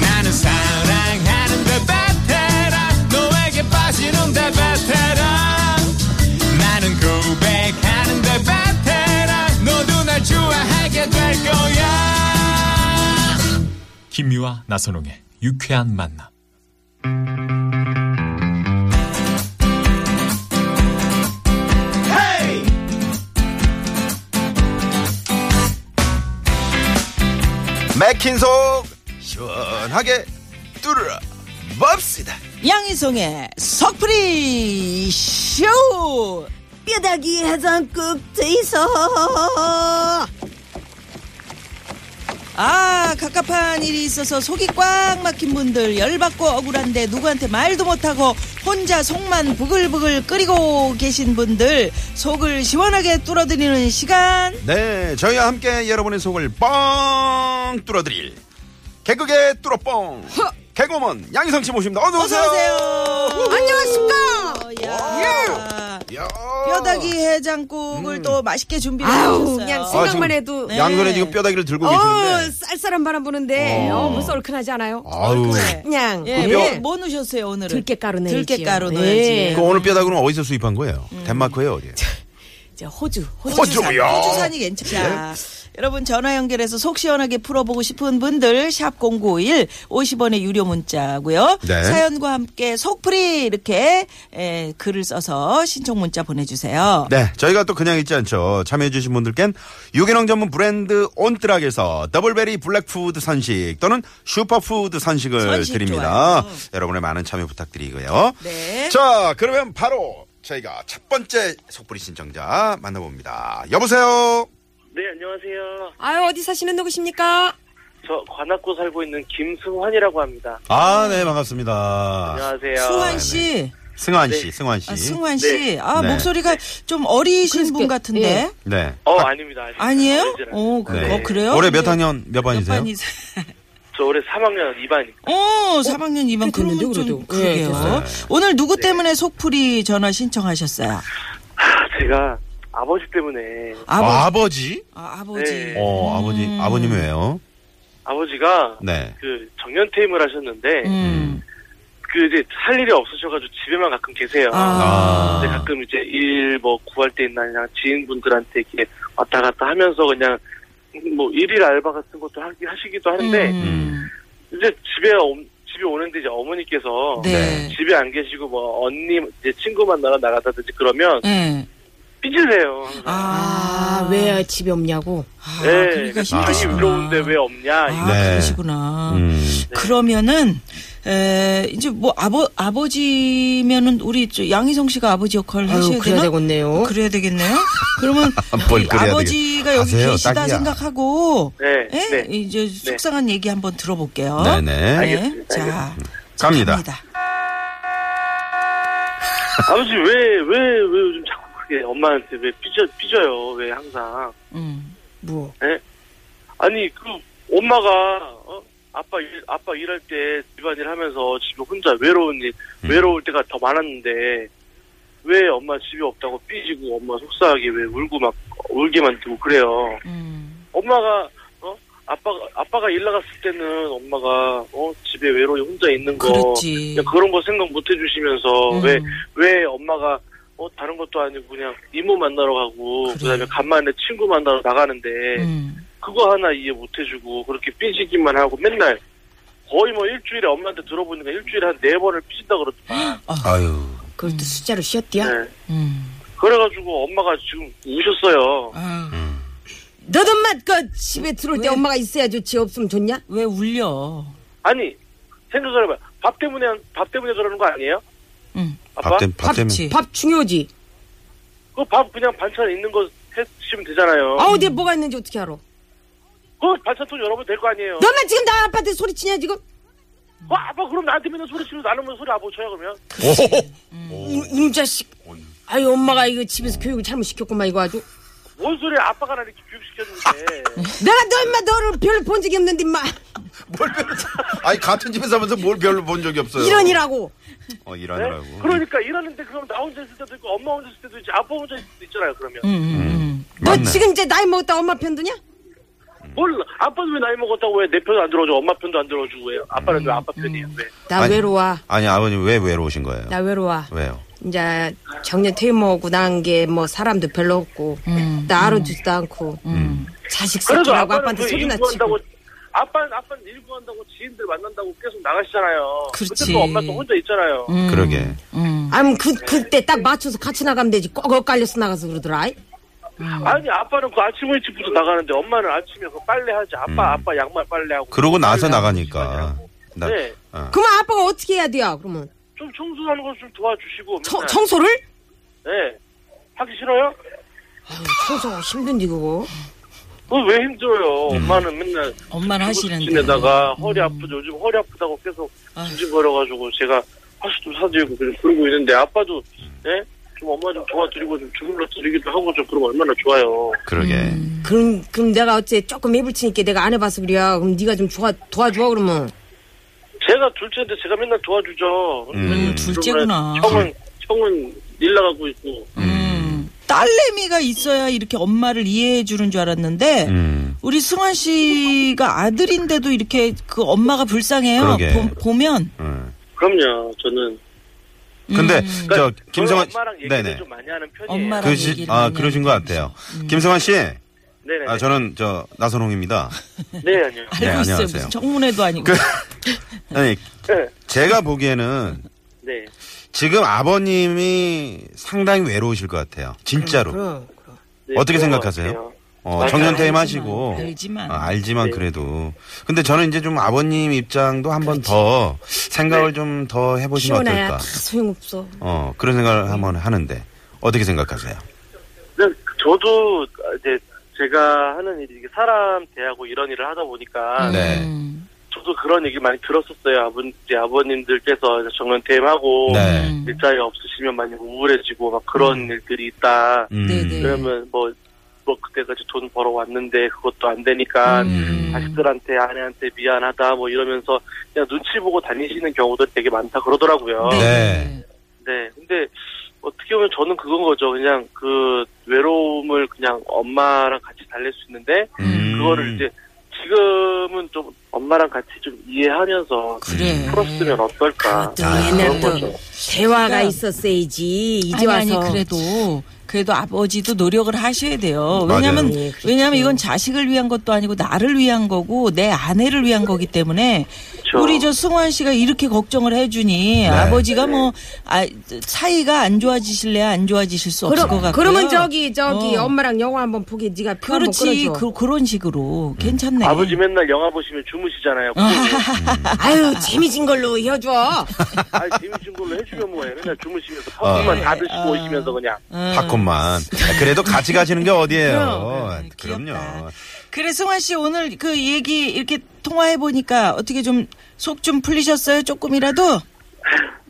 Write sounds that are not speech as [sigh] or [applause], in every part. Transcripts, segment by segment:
나는 사랑하는데 베테랑 너에게 빠지는데 베테랑 나는 고백하는데 베테랑 너도 날 좋아하게 될 거야 김미화 나선홍의 유쾌한 만남. 맥힌 속 시원하게 뚫어 봅시다. 양희성의 석프리 쇼! 뼈다귀 해장국 드이소 아, 갑갑한 일이 있어서 속이 꽉 막힌 분들 열받고 억울한데 누구한테 말도 못하고 혼자 속만 부글부글 끓이고 계신 분들 속을 시원하게 뚫어드리는 시간. 네, 저희와 함께 여러분의 속을 뻥 뚫어드릴 개그계 뚫어뻥 개그맨 양희성 씨 모십니다. 어서 오세요. 어서오세요. 안녕하십니까? 야. 야. 뼈다귀 해장국을 또 맛있게 준비해 음. 아우 주셨어요. 그냥 아, 지금 생각만 해도 네. 양손에 지금 뼈다귀를 들고 어우 네. 계시는데. 쌀쌀한 바람 부는데 어 벌써 얼큰하지 않아요? 아우. 네. 그냥 예, 예. 뭐, 뭐 넣으셨어요, 오늘은? 들깨가루 넣어야지요. 들깨가루 네. 넣어야지. 그 오늘 뼈다귀는 어디서 수입한 거예요? 덴마크예요, 어디? 이제 호주 호주 호주산, 호주야. 호주산이 괜찮아. 네. 여러분 전화 연결해서 속 시원하게 풀어보고 싶은 분들 샵 #0951 50원의 유료 문자고요. 네. 사연과 함께 속풀이 이렇게 에, 글을 써서 신청 문자 보내주세요. 네, 저희가 또 그냥 있지 않죠. 참여해주신 분들께는 유기농 전문 브랜드 온뜨락에서 더블베리 블랙푸드 선식 또는 슈퍼푸드 선식을 선식 드립니다. 좋아요. 여러분의 많은 참여 부탁드리고요. 네. 자, 그러면 바로 저희가 첫 번째 속보리 신청자 만나봅니다. 여보세요? 네, 안녕하세요. 아유 어디 사시는 누구십니까? 저 관악구 살고 있는 김승환이라고 합니다. 아, 네, 반갑습니다. 안녕하세요. 승환 씨, 승환 씨, 승환 씨. 아, 승환 씨, 네. 아 아, 네. 목소리가 좀 어리신 분 같은데 예. 네. 어, 아닙니다. 아닙니다. 아니에요? 어리진 않아요. 어, 그, 네. 어, 그래요? 올해 몇 학년 몇 몇 반이세요? 반이세요? 저 올해 3학년 2반입니다. [laughs] 어, 3학년 이만 그렇게 그러면 됐는데 좀 그래도. 그러게요. 네. 오늘 누구 때문에 속풀이 전화 신청하셨어요? 아, 제가 아버지 때문에 아버지. 아버지? 아, 아버지. 음. 네. 어, 아버지, 아버님 왜요? 아버지가 네. 그 정년 퇴임을 하셨는데 음. 그 이제 할 일이 없으셔가지고 집에만 가끔 계세요. 아. 근데 네, 가끔 이제 일 뭐 구할 때 있나 그냥 지인분들한테 이렇게 왔다 갔다 하면서 그냥 뭐 일일 알바 같은 것도 하기 하시기도 하는데 음. 이제 집에 옴- 집에 오는데 이제 어머니께서 네. 집에 안 계시고 뭐 언니 이제 친구 만나러 나가다든지 그러면 네. 삐지세요. 항상. 아, 집에 없냐고? 아, 네. 그러니까 힘드시구나. 많이 외로운데 왜 네. 없냐. 아, 이거. 네. 그러시구나. 음. 그러면은 에, 이제 뭐 아버 아버지면은 우리 저 양희성 씨가 아버지 역할을 하셔야 되나? 뭐 되겠네요. 그래야 되겠네요. 그러면 [laughs] 뭘 이 그래야 아버지가 되겠- 여기 아세요, 계시다 딱이야. 생각하고 네, 예? 네. 이제 속상한 얘기 한번 들어볼게요. 네네. 알겠습니다. 자, 자, 갑니다. 아버지 왜 왜 왜 요즘 자꾸 그게 엄마한테 왜 삐져 삐져요. 왜 항상. 음. 뭐? 아니 그 엄마가 어? 아빠 일, 아빠 일할 때 집안일 하면서 집에 혼자 외로운 일 외로울 때가 더 많았는데 왜 엄마 집에 없다고 삐지고 엄마 속상하게 왜 울고 막 울게 만들고 그래요. 음. 엄마가 어 아빠가 아빠가 일 나갔을 때는 엄마가 어 집에 외로이 혼자 있는 거 그렇지. 그냥 그런 거 생각 못 해주시면서 왜 왜 음. 엄마가 어 다른 것도 아니고 그냥 이모 만나러 가고 그래. 그다음에 간만에 친구 만나러 나가는데 음. 그거 하나 이해 못 해주고 그렇게 삐지기만 하고 맨날 거의 뭐 일주일에 엄마한테 들어보니까 일주일에 한 네 번을 삐진다 그러더만 아유. 그것도 숫자로 쉬었디야? 네. 음. 그래가지고 엄마가 지금 우셨어요. 아, 너도 맛그 집에 들어올 때 왜? 엄마가 있어야 좋지 없으면 좋냐? 왜 울려? 아니 생각을 해봐. 요밥 때문에 밥 때문에 그러는 거 아니에요? 음. 아빠? 밥, 때, 밥 때문에. 밥지. 밥 중요지. 그 밥 그냥 반찬 있는 거 해주시면 되잖아요. 아우 내 뭐가 있는지 어떻게 알아? 그 반찬통 열어보면 될 거 아니에요. 너만 지금 나 아빠한테 소리치냐 지금? 어, 아빠 그럼 나한테 맨날 소리 치면 나는 뭐 소리 아버 쳐요 그러면? 이, 이 자식. 아유 엄마가 이거 집에서 교육을 잘못 시켰구만 이거 아주. 뭔 소리야 아빠가 나를 이렇게 음. 시켰는데 내가 너 임마 너를 별로 본 적이 없는데 임마 뭘 별로. 아니, 같은 집에 사면서 뭘 별로 본 적이 없어요. 이런이라고 어, 네? 일하느라고. 음. 그러니까 일하는데 그럼 나 혼자 있을 때도 있고 엄마 혼자 있을 때도 있지 아빠 혼자 있을 때도 있잖아요 그러면 음. 너 맞네. 지금 이제 나이 먹었다 엄마 편 드냐? 뭘 아빠도 왜 나이 먹었다고 왜 내 편 안 들어줘 엄마 편도 안 들어주고 왜 아빠는 음. 왜 아빠 편이에요 왜 나 아니. 외로워 아니, 아버님 왜 외로우신 거예요? 나 외로워 왜요? 이제 정년 퇴임하고 난 게 뭐 사람도 별로 없고 나 알아주지도 않고 음. 자식 음. 그래도 새끼라고 아빠는 아빠한테 그 소리나 치고 일구한다고 아빠는 아빠는 일구한다고 지인들 만난다고 계속 나가시잖아요 그렇지. 그때 또 엄마 또 혼자 있잖아요 음. 그러게. 음, 아니 그 그때 딱 맞춰서 같이 나가면 되지 꼭 엇갈려서 나가서 그러더라 아이. 음. 아니 아빠는 그 아침 일찍부터 나가는데 엄마는 아침에 그 빨래 하지 아빠 아빠 양말 빨래하고 음. 그러고 나서 빨래하고 나가니까. 집안일하고. 나, 네. 어. 그럼 아빠가 어떻게 해야 돼요 그러면 좀 청소하는 거 좀 도와주시고 청, 맨날. 청소를? 네 하기 싫어요? 청소가 힘든데 그거 그거 왜 힘들어요? 음. 엄마는 맨날 엄마는 하시는데. 지내다가 허리 아프죠. 요즘 허리 아프다고 계속 징징거려가지고 제가 화수도 사드리고 그냥 그러고 있는데 아빠도 예? 좀 엄마 좀 도와드리고 좀 주물러 드리기도 하고 좀 그러면 얼마나 좋아요. 그러게. 그럼 그럼 내가 어째 조금 매불치니까 내가 안 해봐서 그래야 그럼 네가 좀 도와 도와줘 그러면 제가 둘째인데 제가 맨날 도와주죠. 음, 둘째구나. 형은 형은 일 나가고 있고 음. 음. 딸내미가 있어야 이렇게 엄마를 이해해 주는 줄 알았는데 음. 우리 승환 씨가 아들인데도 이렇게 그 엄마가 불쌍해요. 그러게. 보, 면 음. 그럼요. 저는 근데, 저, 그러니까 김성환. 저는 엄마랑 얘기를 네네. 좀 많이 하는 편이에요. 엄마랑- 그러시, 얘기를 아, 많이 그러신 것 같아요. 김성환 씨. 네네. 아, 저는, 저, 나선홍입니다. 네 아니요. 알고 네, 있어요. 안녕하세요. 그, 무슨 청문회도 아니고. 아니, 네. 제가 보기에는 네. 지금 아버님이 상당히 외로우실 것 같아요. 진짜로. 그럼 그럼 네, 어떻게 그런 것 생각하세요? 같아요. 어, 맞아요. 정년퇴임 하시고. 알지만. 어, 알지만 네. 그래도. 근데 저는 이제 좀 아버님 입장도 한번 더 생각을 좀 더 해보시면 시원해야 어떨까. 다 소용없어 어, 그런 네. 생각을 한번 하는데. 어떻게 생각하세요? 근데 저도 아, 이제 제가 하는 일이 이게 사람 대하고 이런 일을 하다 음. 보니까 네. 저도 그런 얘기 많이 들었었어요. 아버지 아버님들께서 어. 정년퇴임하고 네. 일자리 없으시면 많이 우울해지고 막 그런 일들이 있다. 음. 네네. 그러면 뭐, 뭐 그때까지 돈 벌어왔는데 그것도 안 되니까 음. 음. 자식들한테 아내한테 미안하다 뭐 이러면서 그냥 눈치 보고 다니시는 경우도 되게 많다 그러더라고요. 네. 네, 근데 어떻게 보면 저는 그건 거죠. 그냥 그 외로움을 그냥 엄마랑 같이 달랠 수 있는데 음. 그거를 이제 지금은 좀 엄마랑 같이 좀 이해하면서 그래. 풀었으면 어떨까. 그것도 아, 그런 옛날부터 거죠. 대화가 그러니까. 있었어야지 이제 아니, 와서 아니 그래도 그래도 아버지도 노력을 하셔야 돼요. 왜냐면 맞아요. 예, 그렇죠. 왜냐면 이건 자식을 위한 것도 아니고 나를 위한 거고 내 아내를 위한 거기 때문에 그렇죠. 우리 저 승환 씨가 이렇게 걱정을 해주니 아버지가 뭐 아, 사이가 안 좋아지실래야 안 좋아지실 수 없을 것 그러, 같고요. 그러면 저기 뭐 저기 어. 엄마랑 영화 한번 보게 네가 표 한번 그렇지 끊어줘 그, 그런 식으로 괜찮네. 아버지 맨날 영화 보시면 주무시잖아요. 아유 재미진 걸로 이어줘 아, 재미진 걸로 해주면 뭐해. 맨날 주무시면서 팝콘만 다 드시고 오시면서 그냥. 아. 팝콘만. 그래도 같이 가시는 게 어디예요? 음. 그럼, 그럼요. 그럼, 귀엽다. 그래 승환 씨 오늘 그 얘기 이렇게 통화해 보니까 어떻게 좀 속 좀 풀리셨어요 조금이라도?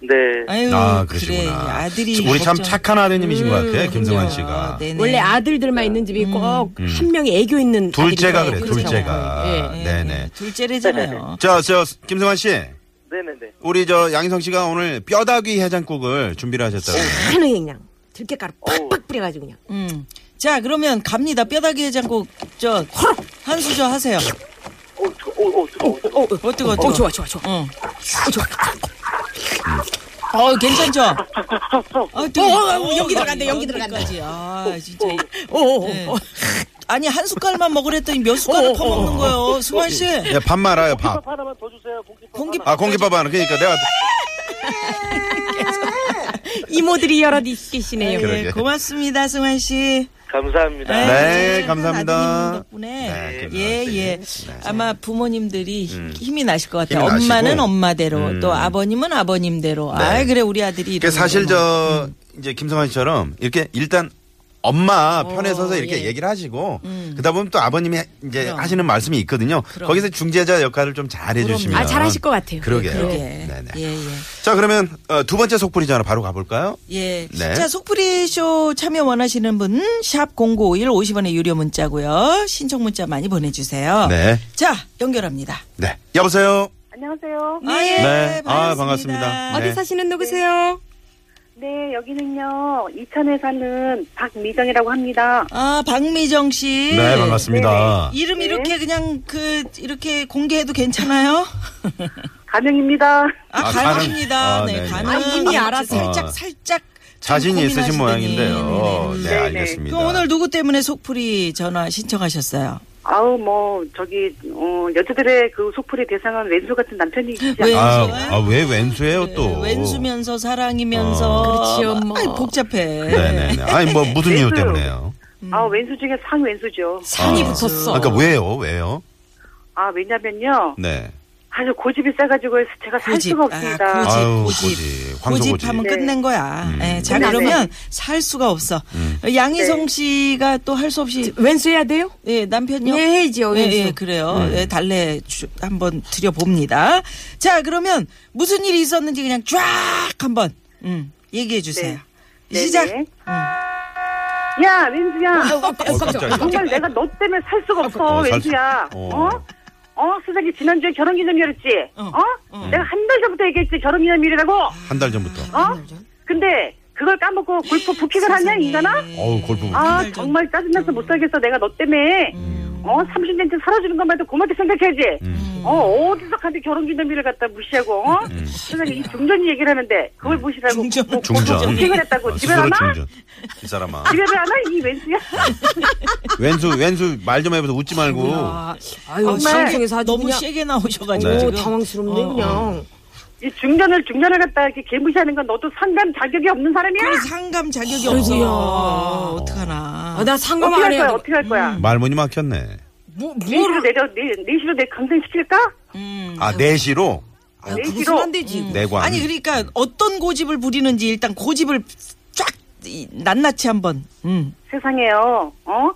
네. 아유, 아, 음, 그래. 그러시구나. 아들이 우리 참 걱정- 착한 아드님이신 것 같아요, 네, 김성환 아, 씨가. 네네. 원래 아들들만 있는 집이 꼭 한 명이 애교 있는 둘째가 아들이 그래, 있어요. 그렇죠. 둘째가. 예. 아, 네네. 둘째래잖아요. 자, 저, 김성환 씨. 네네네. 우리 저 양희성 씨가 오늘 뼈다귀 해장국을 준비를 하셨다고. 하는 그냥 들깨가루 팍팍 뿌려가지고 그냥 음. 자, 그러면 갑니다. 뼈다귀 해장국 저 한수저 하세요. 어, 저, 어, 어, 저, 어, 저. 어, 어 뜨거 뜨거. 어 좋아 좋아 좋아 응. 어, 괜찮죠? 어, 뜨거. 어, 어, 연기 들어간다, 연기 들어간다. 연기까지. 아, 진짜. 어어 어, 네. 아니, 한 숟갈만 먹으랬더니 몇 숟갈을 퍼먹는 거예요. 승환 씨. 야, 밥 말아요, 밥. 밥 하나만 더 주세요. 공깃밥. 공깃밥. 아, 공깃밥 하는 그러니까 내가 이모들이 여러 있으시네요 그러게. 예, 고맙습니다, 승환 씨. 하나. 감사합니다. 아유, 네, 착한 감사합니다. 아드님 덕분에 네, 김성환 예, 씨. 예. 아마 부모님들이 힘이 나실 것 같아요. 음. 힘이 나시고. 음. 네. 엄마는 엄마대로, 또 아버님은 아, 아버님대로. 아이, 그래, 우리 아들이. 그 이러는구나. 사실 저 이제 김성환 씨처럼 이렇게 일단 엄마 편에 어, 서서 이렇게 예. 얘기를 하시고 음. 그러다 보면 또 아버님이 이제 그럼. 하시는 말씀이 있거든요. 그럼. 거기서 중재자 역할을 좀 잘 해주시면 아, 잘하실 것 같아요. 그러게요. 그러게. 네네. 예, 예. 자 그러면 어, 두 번째 속풀이 전화 바로 가볼까요? 예. 네. 자, 속풀이쇼 참여 원하시는 분, 샵 0951 50원의 유료 문자고요 신청 문자 많이 보내주세요. 네. 자, 연결합니다. 네. 여보세요. 안녕하세요. 아, 예. 네. 아, 반갑습니다. 어디 네. 사시는 누구세요? 네, 여기는요. 이천에 사는 박미정이라고 합니다. 아, 박미정 씨. 네 반갑습니다. 이름 네. 이렇게 그냥 그, 이렇게 공개해도 [laughs] 괜찮아요? 가명입니다. 아, 아, 가능입니다. 가능. 아, 네, 네네. 가능. 아, 이미 알아서. 살짝, 아. 살짝. 좀 자신이 있으신 고민하시더니. 모양인데요. 네네. 네, 네네. 알겠습니다. 그럼 오늘 누구 때문에 속풀이 전화 신청하셨어요? 아우, 뭐, 저기, 어, 여자들의 그 소풀이 대상은 왼수 같은 남편이시지 왜? 아, 왼수예요? 아, 왜 왼수예요 또? 네. 그 왼수면서 사랑이면서. 어. 그렇지요, 뭐. 아이, 복잡해. 네네네. 아니 뭐 무슨 이유 왼수. 때문에요? 아, 왼수 중에 상왼수죠. 산이 아. 붙었어. 아, 그러니까 왜요? 왜요? 아, 왜냐면요. 네. 아주 고집이 세가지고 해서 제가 살 고집. 수가 아, 없습니다. 고집, 아유, 고집. 고집. 황소 고집. 네. 고집하면 고집. 끝낸 거야. 음. 예, 자, 네, 그러면 살 수가 없어. 네. 양희성 씨가 또 할 수 없이, 왼수해야 돼요? 예, 남편요? 예, 해야지요, 예, 왼수. 예, 그래요. 네. 예, 달래 주- 한번 드려봅니다. 자, 그러면 무슨 일이 있었는지 그냥 쫙 한번, 음, 얘기해 주세요. 네, 시작. 네. 야, [laughs] 왼수야. 어, 깜짝이야. 정말 내가 너 때문에 살 수가 없어, 어, 살 수- 왼수야. 어. 어? 어, 수석이 지난주에 결혼기념일이었지? 어. 어? 내가 한 달 전부터 얘기했지, 결혼기념일이라고? 한 달 전부터. 어? 근데 그걸 까먹고 골프 부킹을 하냐 인간아? 어우, 골프. 아 정말 짜증나서 음. 못 살겠어 내가 너 때문에 어 30년째 살아주는 것만 해도 고맙게 생각해야지 음. 어 어디서 가지 결혼기념일을 갖다 무시하고 어? 세상에 이 중전이 얘기를 하는데 그걸 무시하고 중전. 뭐 음. 중전. 부킹을 했다고 아, 집에 스스로 가나? 중전. 이 사람아. 집에 가나 이 왼수야 왼수, 왼수 말 좀 해봐서 웃지 말고. 아, 아유, 정말 방송에서 아주 너무 그냥 세게 나오셔가지고. 네. 오, 지금. 당황스럽네 어, 그냥. 이 중전을 중전을 갖다 이렇게 개무시하는 건 너도 상담 자격이 없는 사람이야 그래, 상감 자격이 아이고야. 없어. 어떡하나. 아, 나 상금 어떻게 안 할 해야 거야 돼. 어떻게 할 거야 말문이 막혔네. 뭐, 내시로 뭐를. 내려 내- 내시로 내 강등시킬까 아, 내시로? 아, 내기로. 그것은 안 되지. 내관. 아니 그러니까 어떤 고집을 부리는지 일단 고집을 쫙 이- 낱낱이 한번. 음. 세상에요. 어?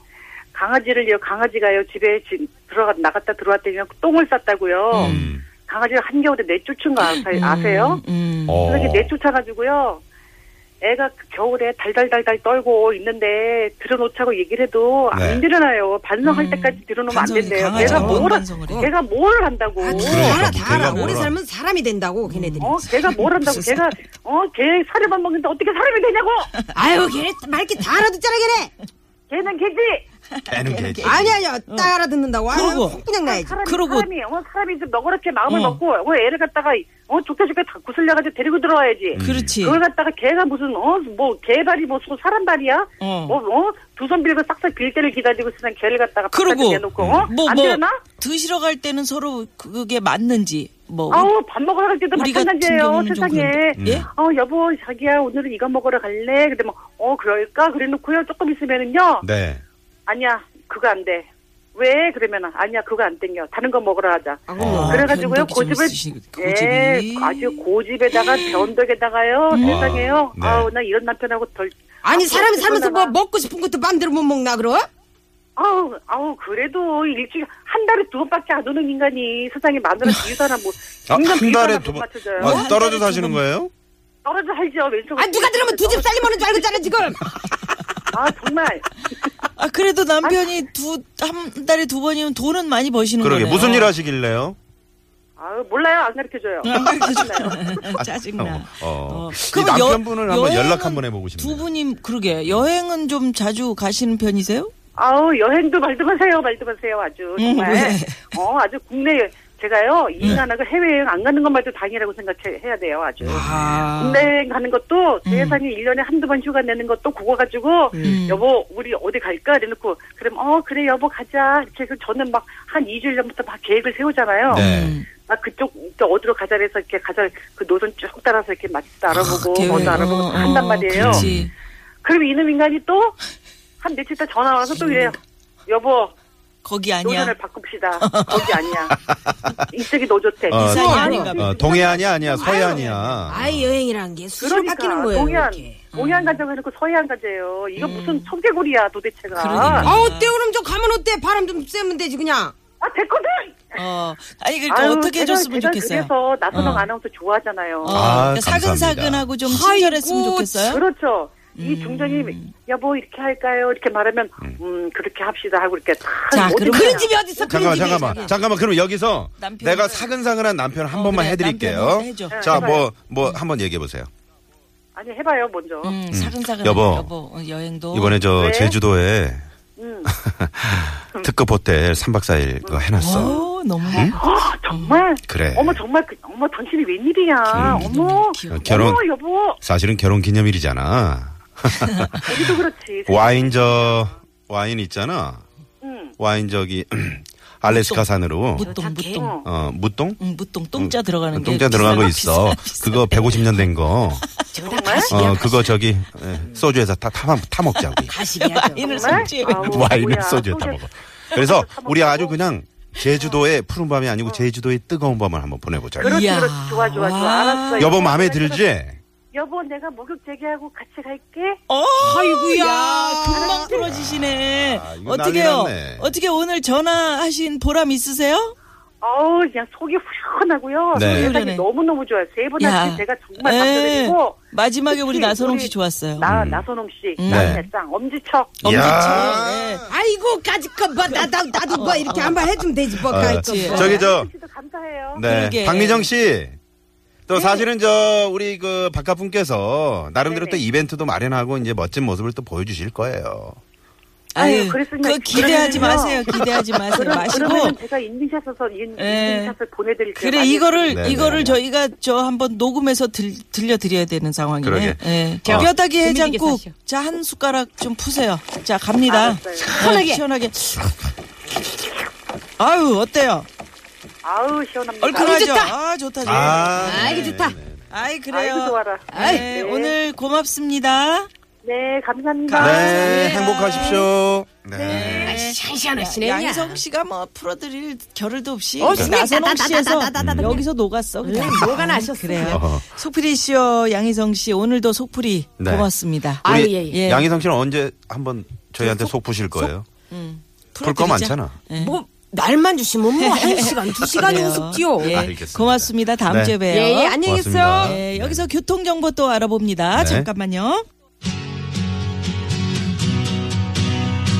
강아지를요. 강아지가요. 집에 지- 들어가 나갔다 들어왔더니 똥을 쌌다고요. 음. 강아지를 한겨울에 내쫓은 거 아사, 아세요? 음. 어. 그래서 내쫓아가지고요. 애가 그 겨울에 달달달달 떨고 있는데 들여놓자고 얘기를 해도 네. 안 들여놔요. 반성할 때까지 들여놓으면 안 음. 반성이 된대요. 강하죠. 내가 뭔 뭘, 한- 반성을 해? 내가 뭘 한다고. 아, 다 그러니까 알아, 뭐 다 알아. 걔가 오래 뭐라. 살면 사람이 된다고, 걔네들이. 어? 걔가 뭘 한다고. 무슨 걔가, 어? 걔 사료만 먹는데 어떻게 사람이 [laughs] 되냐고! 아유, 걔네 맑게 다 알아듣잖아, 걔네. 걔는 걔지! 걔는 걔지. 아니, 아니, 딱 알아듣는다고. 아유, 그러고. 훅 그냥 나야지. 사람이, 그러고- 사람이, 어, 사람이 좀 너그럽게 마음을 어. 먹고, 어, 애를 갖다가, 어, 좋게 좋게 다 구슬려가지고 데리고 들어와야지. 음. 음. 그렇지. 그걸 갖다가 걔가 무슨, 어, 뭐, 개 발이 뭐, 소- 사람 발이야? 어. 뭐, 어? 두 손 빌고 싹싹 빌 때를 기다리고 쓰는 걔를 갖다가 그러고 바깥에 내놓고, 어? 뭐 안 뭐 되나? 드시러 갈 때는 서로 그게 맞는지 뭐 아우, 밥 먹으러 갈 때도 우리 같은 마찬가지예요, 경우는 좀 세상에. 그런데. 예? 어, 여보, 자기야, 오늘은 이거 먹으러 갈래? 근데 뭐, 어, 그럴까? 그래 놓고요. 조금 있으면은요. 네. 아니야, 그거 안 돼. 왜? 그러면은, 아니야, 그거 안 땡겨. 다른 거 먹으러 하자. 어. 어, 아, 그래가지고요, 변덕이 좀 고집을- 있으시- 예, 고집이 아주 고집에다가 음. 변덕에다가요. 세상에요. 네. 아우, 나 이런 남편하고 덜. 아니, 사람이 아, 살면서 뭐 그러나. 먹고 싶은 것도 마음대로 못 먹나, 그럼? 아우, 아우, 그래도 일주일, 한 달에 두 번밖에 안 오는 인간이 세상에 [laughs] 마누라 비유도 하나 뭐. 아, 인간 한 비유도 달에 하나 두 못 번. 맞춰줘요. 아, 한 달에 떨어져 두 사시는 번. 거예요? 떨어져 살죠, 왼쪽. 아, 누가 들으면 두 집 살림 하는 줄 알겠잖아, 지금. 아, 정말. 아 그래도 남편이 두 한 달에 두 번이면 돈은 많이 버시는 그러게. 거네요. 무슨 일 [laughs] 하시길래요? 아우, 몰라요. 안 가르쳐줘요. 음. 안 가르쳐주나요? 짜증나. 어. 어. 어. 이 여- 남편분을 한번 연락 여행은 한번 해보고 싶네요. 두 분이 그러게 여행은 좀 자주 가시는 편이세요? 아우, 여행도 말도 마세요. 말도 마세요. 아주. 정말. 왜? 어, 아주 국내, 여- 네. 제가요, 이 인간하고 해외여행 안 가는 것만도 당이라고 생각해야 돼요. 아주. 아. 음. 군대여행 가는 것도 세상에 일년에 한두 번 휴가 내는 것도 그거 가지고 여보 우리 어디 갈까? 이래놓고 그럼 어 그래 여보 가자 이렇게 해서 저는 막 한 이주일 전부터 막 계획을 세우잖아요. 네. 막 그쪽 또 어디로 가자 해서 이렇게 가자 그 노선 쭉 따라서 이렇게 맛집도 알아보고 계획. 뭐도 알아보고 다 어, 한단 어, 말이에요. 그렇지. 그럼 이놈 인간이 또 한 며칠 있다 전화 와서 또 예. 이래요. 여보 거기 아니야. 노선을 [laughs] 바꿉시다. 거기 아니야. 이쪽이 너 좋대. 어, 이상이 아닌가 봐. 어, 동해안이 아니야, 서해안이야. 아이, 여행이라는 게 수시로 그러니까 바뀌는 거예요. 동해안 음. 이렇게. 동양 가자고 해놓고 서양 가재요. 이거 무슨 청개구리야 도대체가. 그러니까. 아우 떼오름 좀 가면 어때? 바람 좀 쐬면 되지 그냥. 아 됐거든. 어. 아니 그러니까 아유, 어떻게 제가- 해줬으면 제가 좋겠어요. 그래서 나선홍 어. 아나운서 좋아하잖아요. 어, 아, 그러니까 사근사근하고 좀 친절했으면 아이고, 좋겠어요. 그렇죠. 음. 이 중전이 여보 이렇게 할까요? 이렇게 말하면 음 그렇게 합시다 하고 이렇게 다 자, 어떻게 그러면- 하냐. 그런 집이 어딨어? 그런 잠깐만 집이. 잠깐만 잠깐만 그럼 여기서 남편을- 내가 사근사근한 남편 한 어, 번만 그래, 해드릴게요. 남편 해줘. 자 뭐 해봐요. 뭐 한번 얘기해 보세요. 아니 해봐요 먼저. 음, 사근사근 여보. 여보 어, 여행도 이번에 저 네. 제주도에 음. [laughs] 특급 호텔 3박 4일 그거 해놨어. 어, 너무 아 정말. 그래. 어머 정말 그- 어머 당신이 웬일이야. 어머. 귀여워. 음. 결혼 어머 여보. 사실은 결혼 기념일이잖아. 우리도 그렇지. [laughs] 와인 저 와인 있잖아. 음. 와인 저기 [clears throat] 알래스카 산으로 무똥 무똥 어. 어 무똥 음, 무똥 똥자 들어가는 게 똥자 들어간 거 비싸, 있어. 비싸. 그거 150년 된 거. 정말? 어 그거 저기 예, 소주에서 타타 먹자고. 가시기야. 와인을 섭취해. 아우, [laughs] 와인을 뭐야. 소주에 타 소주에 먹어. 그래서 타 먹고. 우리 아주 그냥 제주도의 푸른 밤이 아니고 제주도의 뜨거운 밤을 한번 보내보자. 그렇지 이야. 그렇지 좋아 좋아 좋아. 와. 알았어. 여보 마음에 들지? 여보 내가 목욕 재개하고 같이 갈게. 어, 아이고야, 야, 금방 풀어지시네. 아, 이거 어떻게요? 난리 났네. 어떻게 오늘 전화하신 보람 있으세요? 어우 그냥 속이 후련하고요. 네. 후련해. 세상이 너무너무 좋아요. 세 분한테 제가 정말 예. 감사드리고 마지막에 우리 특히 나선홍 우리 씨 좋았어요. 나 나선홍 씨, 음. 네. 어. 나의 쌍 엄지척. 엄지척. 어, 예. [laughs] 아이고 까짓거 뭐 나도 나도 뭐 이렇게 한번 해주면 되지 뭐 어, 까짓거. 그렇지. 뭐. 저기 저, 씨도 감사해요. 네. 그러게. 박미정 씨. 또 네. 사실은 저, 우리 그 박가분께서 나름대로 네네. 또 이벤트도 마련하고 이제 멋진 모습을 또 보여주실 거예요. 아유, 아유, 그랬으면 그 기대하지 그러면은요. 마세요. 기대하지 마세요. 그럼 마시고. 그러면 제가 인증샷에서 인- 예. 인증샷을 보내드릴게요. 그래 많이 이거를 네, 이거를 네. 저희가 저 한번 녹음해서 들, 들려드려야 되는 상황이네. 그러게. 예. 제가 뼈다귀 재밌게 해장국 사시오. 자 한 숟가락 좀 푸세요. 자 갑니다. 알았어요. 시원하게 시원하게. 아유 어때요? 아우 시원합니다. 얼큰하죠? 좋다. 아 좋다 네. 좋다. 아 이게 좋다. 네. 아이 그래요. 아이고 좋아라. 네, 오늘 고맙습니다. 네 감사합니다. 네. 행복하십시오. 네. 시원시원하시네. 그냥. 양희성 씨가 뭐 풀어드릴 겨를도 없이 어, 진짜 나선홍 씨에서 따다다다다다다다. 여기서 녹았어. 그냥. 음, 뭐가 나셨어. 그래요. 어허. 속풀이 씨요, 양희성 씨 오늘도 속풀이 네. 고맙습니다. 아유, 우리 예, 예. 그 양희성 씨는 언제 한번 저희한테 속 푸실 거예요? 풀 거 음. 풀어드리자. 많잖아. 뭐 날만 주시면 뭐 한 시간 두 시간 그래요. 우습지요. 예, 알겠습니다. 고맙습니다. 다음 네. 주에 봬요. 예, 예, 안녕히 계세요. 고맙습니다. 예, 여기서 교통 정보 또 네. 알아봅니다. 잠깐만요.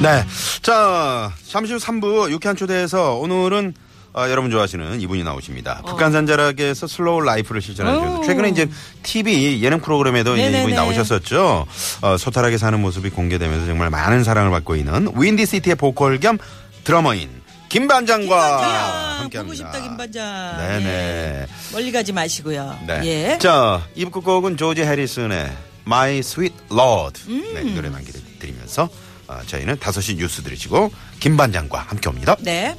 네. 자, 잠시 후 3부 유쾌한 초대에서 오늘은 아, 여러분 좋아하시는 이분이 나오십니다. 북한산 자락에서 슬로우 라이프를 실천하셔서 어. 오. 최근에 이제 TV 예능 프로그램에도 이제 네네네. 이분이 나오셨었죠. 어, 소탈하게 사는 모습이 공개되면서 정말 많은 사랑을 받고 있는 윈디시티의 보컬 겸 드러머인 김반장과 아, 함께합니다. 보고 싶다 김반장. 예, 네네. 멀리 가지 마시고요. 네. 예. 자, 이부 끝곡은 조지 해리슨의 My Sweet Lord. 네, 이 노래 남겨드리면서 어, 저희는 5시 뉴스 들으시고 김반장과 함께 옵니다. 네.